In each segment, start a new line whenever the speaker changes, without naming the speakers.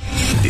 The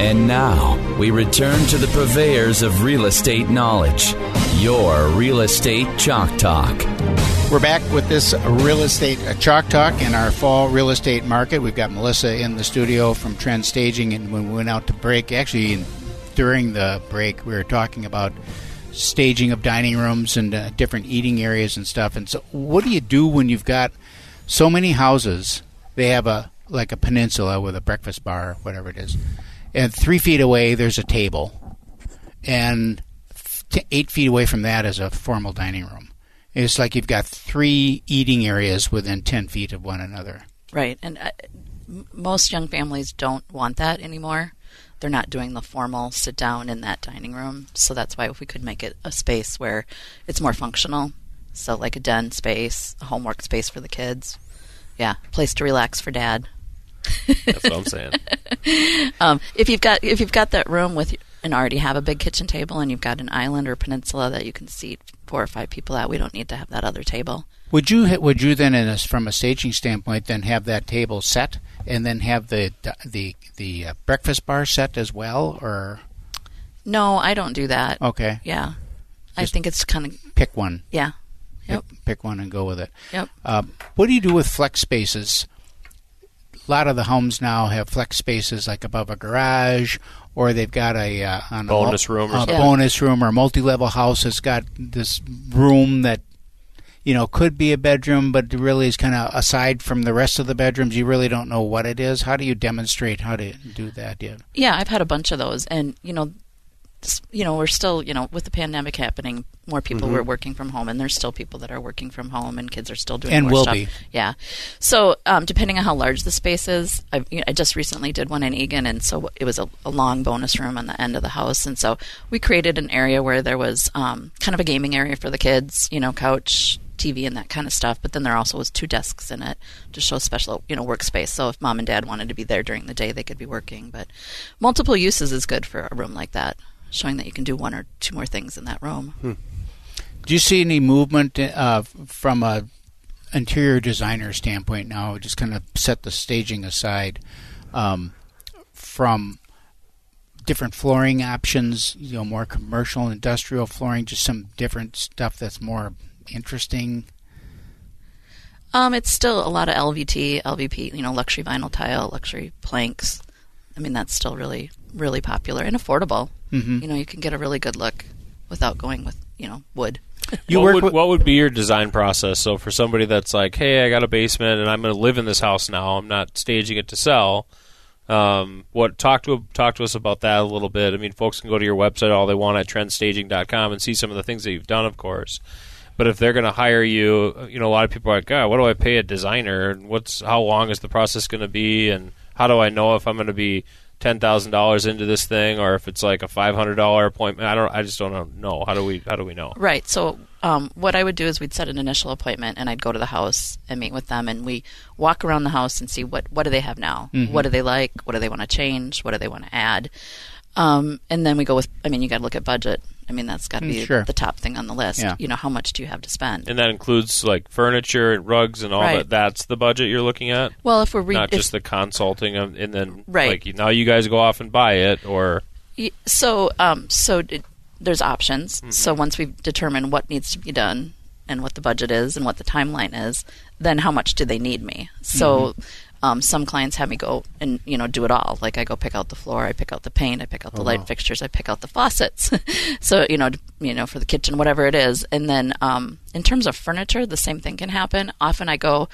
And now we return to the purveyors of real estate knowledge, your real estate chalk talk.
We're back with this real estate uh, chalk talk in our fall real estate market. We've got Melissa in the studio from Trend Staging, and when we went out to break, actually in- during the break, we were talking about staging of dining rooms and uh, different eating areas and stuff. And so, what do you do when you've got so many houses? They have a like a peninsula with a breakfast bar, whatever it is, and three feet away there's a table, and t- eight feet away from that is a formal dining room. It's like you've got three eating areas within ten feet of one another.
Right. And uh, m- most young families don't want that anymore. They're not doing the formal sit down in that dining room. So that's why if we could make it a space where it's more functional. So, like a den space, a homework space for the kids. Yeah. Place to relax for dad. Um,
That's what I'm saying.
If you've got if you've got that room with and already have a big kitchen table and you've got an island or peninsula that you can seat four or five people at, we don't need to have that other table.
Would you ha- would you then, in a, from a staging standpoint, then have that table set, and then have the the the uh, breakfast bar set as well, or
No, I don't do that.
okay,
Yeah. I think it's kind of
pick one,
yeah. Yep.
pick, pick one and go with it.
Yep.
Um, what do you do with flex spaces? A lot of the homes now have flex spaces like above a garage, or they've got a, uh, on a mul-
Bonus room or
a
something.
bonus room or a multi-level house that's got this room that you know could be a bedroom, but really is kind of aside from the rest of the bedrooms. You really don't know what it is. How do you demonstrate how to do that? Yeah.
Yeah, I've had a bunch of those, and you know, s- you know, we're still, you know, with the pandemic happening, more people were working from home, and there's still people that are working from home, and kids are still doing
And
more
will
stuff.
be.
Yeah. So um, depending on how large the space is, I've, you know, I just recently did one in Egan, and so it was a, a long bonus room on the end of the house, and so we created an area where there was um, kind of a gaming area for the kids, you know, couch. TV and that kind of stuff, but then there also was two desks in it to show special, you know, workspace. So if mom and dad wanted to be there during the day, they could be working. But multiple uses is good for a room like that, showing that you can do one or two more things in that room.
Do you see any movement uh, from a interior designer standpoint now? Just kind of set the staging aside um, from different flooring options. You know, more commercial, industrial flooring, just some different stuff that's more interesting.
Um, it's still a lot of LVT, LVP, you know, luxury vinyl tile, luxury planks. I mean, that's still really, really popular and affordable.
Mm-hmm.
You know, you can get a really good look without going with, you know, wood.
You
what,
work
would,
with-
what would be your design process? So for somebody that's like, hey, I got a basement and I'm going to live in this house now. I'm not staging it to sell. Um, what talk to talk to us about that a little bit. I mean, folks can go to your website all they want at trendstaging.com and see some of the things that you've done, of course. But if they're going to hire you, you know, a lot of people are like, God, what do I pay a designer? And what's how long is the process going to be? And how do I know if I'm going to be ten thousand dollars into this thing or if it's like a five hundred dollar appointment? I don't. I just don't know. How do we? How do we know?
Right. So, um, what I would do is we'd set an initial appointment, and I'd go to the house and meet with them, and we walk around the house and see what what do they have now,
Mm-hmm.
what do they like, what do they want to change, what do they want to add, um, and then we go with. I mean, you got to look at budget. I mean, that's got to be
Mm, sure.
the top thing on the list.
Yeah.
You know, how much do you have to spend?
And that includes like furniture and rugs and all
Right.
that. That's the budget you're looking at,
well, if we're re-
not
if-
just the consulting. Of, and then
Right.
like now you guys go off and buy it, or
Y- so um, so d- there's options. So once we've determined what needs to be done and what the budget is and what the timeline is, then how much do they need me? So um, some clients have me go and you know do it all. Like I go pick out the floor, I pick out the paint, I pick out the light fixtures, I pick out the faucets. so you know d- you know for the kitchen, whatever it is. And then um, in terms of furniture, the same thing can happen. Often I go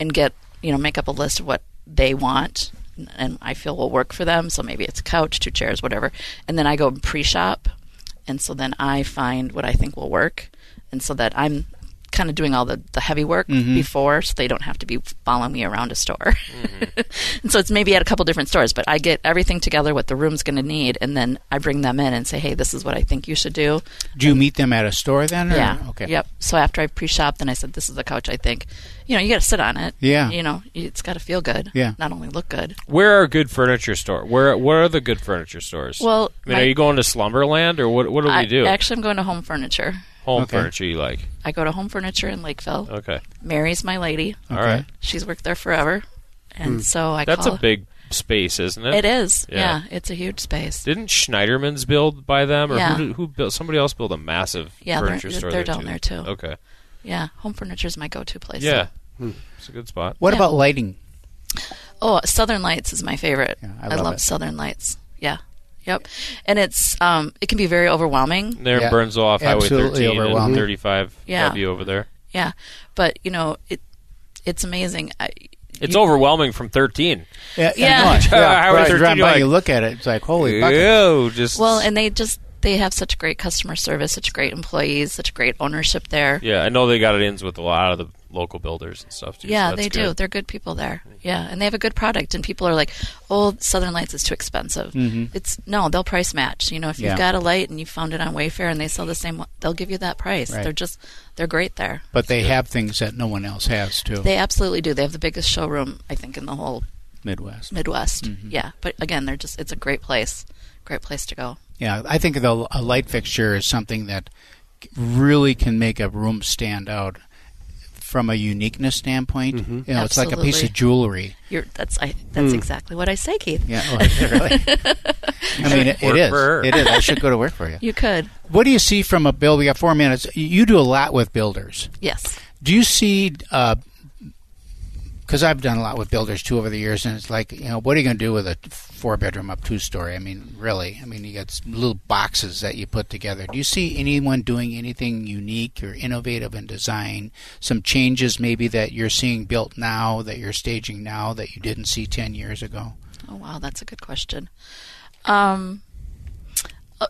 and get you know make up a list of what they want and I feel will work for them. So maybe it's a couch, two chairs, whatever. And then I go pre shop. And so then I find what I think will work. And so that I'm kind of doing all the, the heavy work
Mm-hmm.
before so they don't have to be following me around a store.
Mm-hmm.
and so it's maybe at a couple different stores, but I get everything together what the room's going to need and then I bring them in and say, "Hey, this is what I think you should do."
Do you meet them at a store then? Or?
Yeah.
Okay.
Yep. So after I pre-shopped, then I said, "This is the couch I think." You know, you got to sit on it.
Yeah.
You know, it's got to feel good.
Yeah.
Not only look good.
Where are good furniture store? Where what are the good furniture stores?
Well,
I mean,
my-
are you going to Slumberland or what? What do
I,
we do?
Actually, I'm going to Home Furniture.
Home
Okay.
furniture you like?
I go to Home Furniture in Lakeville.
Okay,
Mary's my lady.
all right.
She's worked there forever, and so I
Hmm. That's
call.
a big space, isn't it?
Oh. It is.
Yeah.
Yeah. it's a huge space.
Didn't Schneiderman's build by them, or
Yeah.
who, did- who built? Somebody else built a massive
Yeah, they're-
furniture store.
they're
there
down there, too.
Okay,
Yeah, Home Furniture is my go-to place.
yeah, it's a good spot.
What
Yeah.
about lighting?
Oh, Southern Lights is my favorite.
Yeah, I
I,
love
love,
it.
Southern Lights. Yeah. Yep. And it's um it can be very overwhelming.
There
Yeah.
in Burnsville off Highway
Absolutely
13
overwhelming.
and 35
Yeah.
W over there.
Yeah. But, you know, it it's amazing. I,
It's overwhelming from 13.
Yeah.
Yeah.
I know it.
Yeah, Highway
Right,
13,
drive
you're
by,
like-
you look at it, it's like holy bucket.
Ew, just
well, and they just they have such great customer service, such great employees, such great ownership there.
yeah, I know they got it in with a lot of the local builders and stuff too. so
Yeah,
that's
they do.
good.
They're good people there. Yeah, and they have a good product. And people are like, "Oh, Southern Lights is too expensive." It's no, they'll price match. You know, if you've
Yeah.
got a light and you found it on Wayfair and they sell the same, they'll give you that price.
Right.
They're just they're great there.
But they have things that no one else has too.
They absolutely do. They have the biggest showroom I think in the whole
Midwest.
Midwest. Yeah, but again, they're just it's a great place. Great place to go.
Yeah, I think the a light fixture is something that really can make a room stand out from a uniqueness standpoint.
Mm-hmm.
You know, it's like a piece
Absolutely.
of jewelry.
You're that's I that's exactly what I say, Keith.
Yeah, oh, really. I mean, it, it
work
is.
for her.
It is. I should go to work for you.
You could.
What do you see from a build? We got four minutes. You- You do a lot with builders.
Yes.
Do you see? Because I've done a lot with builders too over the years, and it's like, you know, what are you going to do with a four-bedroom up two-story? I mean, really? I mean, you got s- little boxes that you put together. Do you see anyone doing anything unique or innovative in design? Some changes maybe that you're seeing built now, that you're staging now, that you didn't see ten years ago?
Oh wow, that's a good question. Um, uh,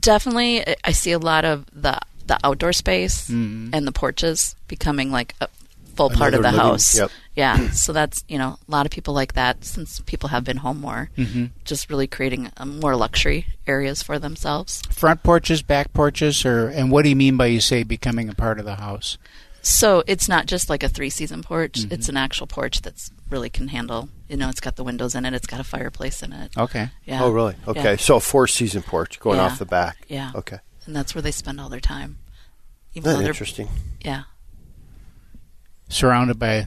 definitely, I- I see a lot of the the outdoor space and the porches becoming like a full part of the
Mm-hmm. Another living-
house.
yep.
Yeah, so that's you know a lot of people like that since people have been home more,
Mm-hmm.
just really creating uh more luxury areas for themselves.
Front porches, back porches, or and what do you mean by you say becoming a part of the house?
So it's not just like a three season porch;
Mm-hmm.
it's an actual porch that's really can handle. You know, it's got the windows in it, it's got a fireplace in it.
Okay.
Yeah.
Oh, really?
Yeah.
Okay. So a four season porch going
Yeah.
off the back.
Yeah.
Okay.
and that's where they spend all their time. Even
That's
though they're-
interesting.
Yeah,
Surrounded by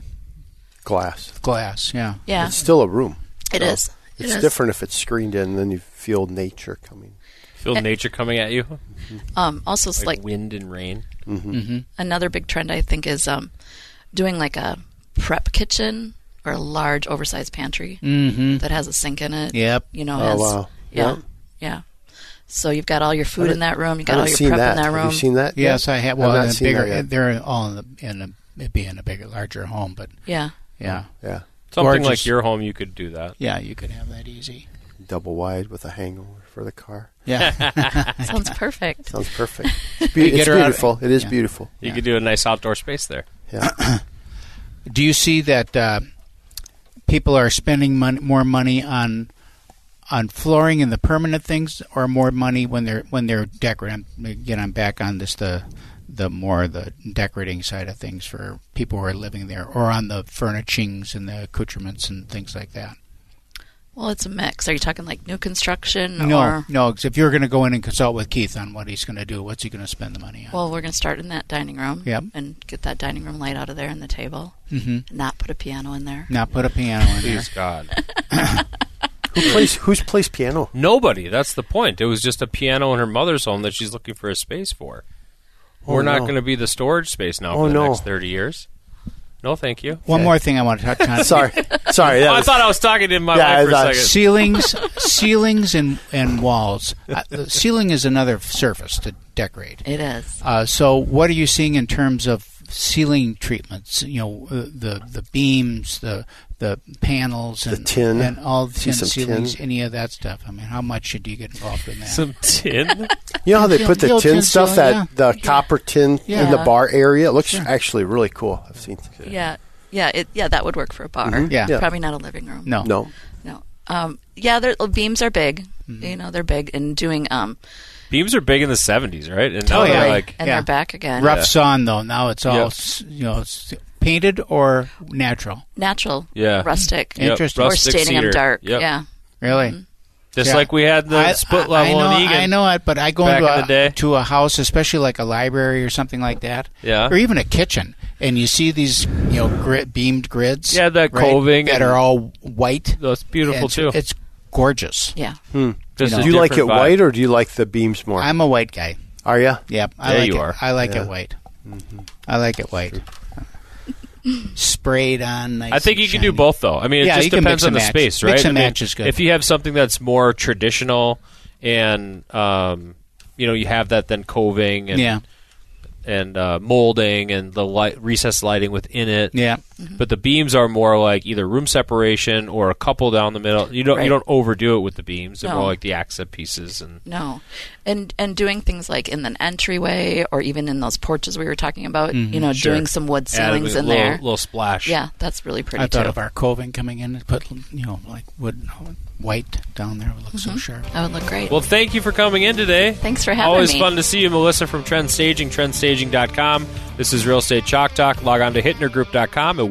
Glass.
glass. Yeah.
yeah,
It's still a room.
it
so
is. It
It's
is.
different if it's screened in, then you feel nature coming.
Feel nature coming at you
Um, also, it's
like
like
wind and rain.
another big trend I think is um, doing like a prep kitchen or a large oversized pantry that has a sink in it.
Mm-hmm. Yep.
You know,
Oh,
has,
wow.
yeah,
Yeah.
yeah. So you've got all your food in that room. You
I
got all
haven't
your
seen
prep
that.
in that room.
Have you seen that?
Yes,
yet?
I have. Well,
I've
in
not
a
seen
bigger,
that yet.
they're all in the in a it'd be in a bigger, larger home, but
Yeah,
yeah,
Yeah.
Something like
Gorgeous.
your home, you could do that.
yeah, you could have that easy.
Double wide with a hangover for the car.
Yeah,
sounds perfect.
Sounds perfect. It's, be-
get
it's
her out of-
beautiful. It is
yeah.
beautiful.
You could do a nice outdoor space there.
Yeah.
do you see that uh, people are spending mon- more money on on flooring and the permanent things, or more money when they're when they're decorating? Again, I'm back on this the the more the decorating side of things for people who are living there, or on the furnishings and the accoutrements and things like that.
Well, it's a mix. Are you talking like new construction
No,
or?
no. 'cause If you're going to go in and consult with Keith on what he's going to do, what's he going to spend the money on?
Well, we're going to start in that dining room
Yep.
and get that dining room light out of there and the table.
Mhm.
Not put a piano in there.
Not put a piano in there.
Please God,
Who plays who's plays piano?
nobody. That's the point. It was just a piano in her mother's home that she's looking for a space for.
Oh,
We're not
Oh, no.
going to be the storage space now
Oh,
for the
no.
next thirty years. No, thank you. Oh,
One more thing I want to touch on.
Sorry. Sorry. that
I
was-
thought I was talking to my
Yeah, I
wife for
thought-
a second.
ceilings, ceilings, and and walls. Uh, the ceiling is another surface to decorate.
It is.
Uh, so, what are you seeing in terms of ceiling treatments. You know, uh, the the beams, the the panels, and
tin.
and all the
See
tin
some
ceilings,
tin.
any of that stuff. I mean, how much should you get involved in that?
Some tin.
You know how they
Yeah,
put
the
the
old
tin
tin
stuff,
ceiling,
that the copper tin in the
Yeah.
bar area? It looks actually really cool. I've seen.
Yeah, yeah, it, yeah. That would work for a bar.
Mm-hmm.
Yeah. Yeah.
probably not a living room.
no,
No,
no. Um, yeah, their beams are big.
Mm-hmm.
You know, they're big, and doing um,
Beams are big in the '70s, right? And now
Oh,
they're
yeah.
like
and
Yeah.
they're back again.
rough sawn though. Now it's all
Yep.
s you know s- painted or natural.
natural,
Yeah.
rustic,
yep,
Interesting.
or
rustic
staining
cedar.
them dark.
Yep.
Yeah,
Really.
Just
Yeah.
like we had the
Mm-hmm. I-
split
I-
level
I know,
in Egan.
I know it, but I go
back
into
in
a,
the day.
to a house, especially like a library or something like that,
Yeah.
or even a kitchen, and you see these you know grid, beamed grids,
Yeah, the coving
that
and-
are all white.
That's beautiful
it's,
too.
It's gorgeous.
yeah.
Hmm. Just a
do you like it
different vibe.
white or do you like the beams more?
I'm a white guy.
Are you?
Yep, I
Yeah, Mm-hmm.
like
you
it.
are.
I like it white. I like it white. Sprayed on. Nice
I think
and
you can do
shiny.
both though. I mean, it
Yeah,
just
you can mix
depends on
and
the
match.
space, right?
Mix and
I mean,
match is good.
If you have something that's more traditional, and um, you know, you have that then coving and
Yeah,
and uh, molding and the light, recessed lighting within it.
yeah.
But the beams are more like either room separation or a couple down the middle. You don't
Right.
you don't overdo it with the beams. They're
No.
more like the accent pieces and
No, and and doing things like in an entryway or even in those porches we were talking about,
Mm-hmm.
you know,
Sure.
doing some wood
adding
ceilings
a
in
little,
there.
little splash.
Yeah, that's really pretty
I thought
too.
of our coving coming in and put you know like wood white down there. It would look so sharp.
that would look great.
Well, thank you for coming in today.
Thanks for having
Always
me.
fun to see you, Melissa from Trend Staging, trendstaging.com. This is Real Estate Chalk Talk. Log on to hitnergroup.com and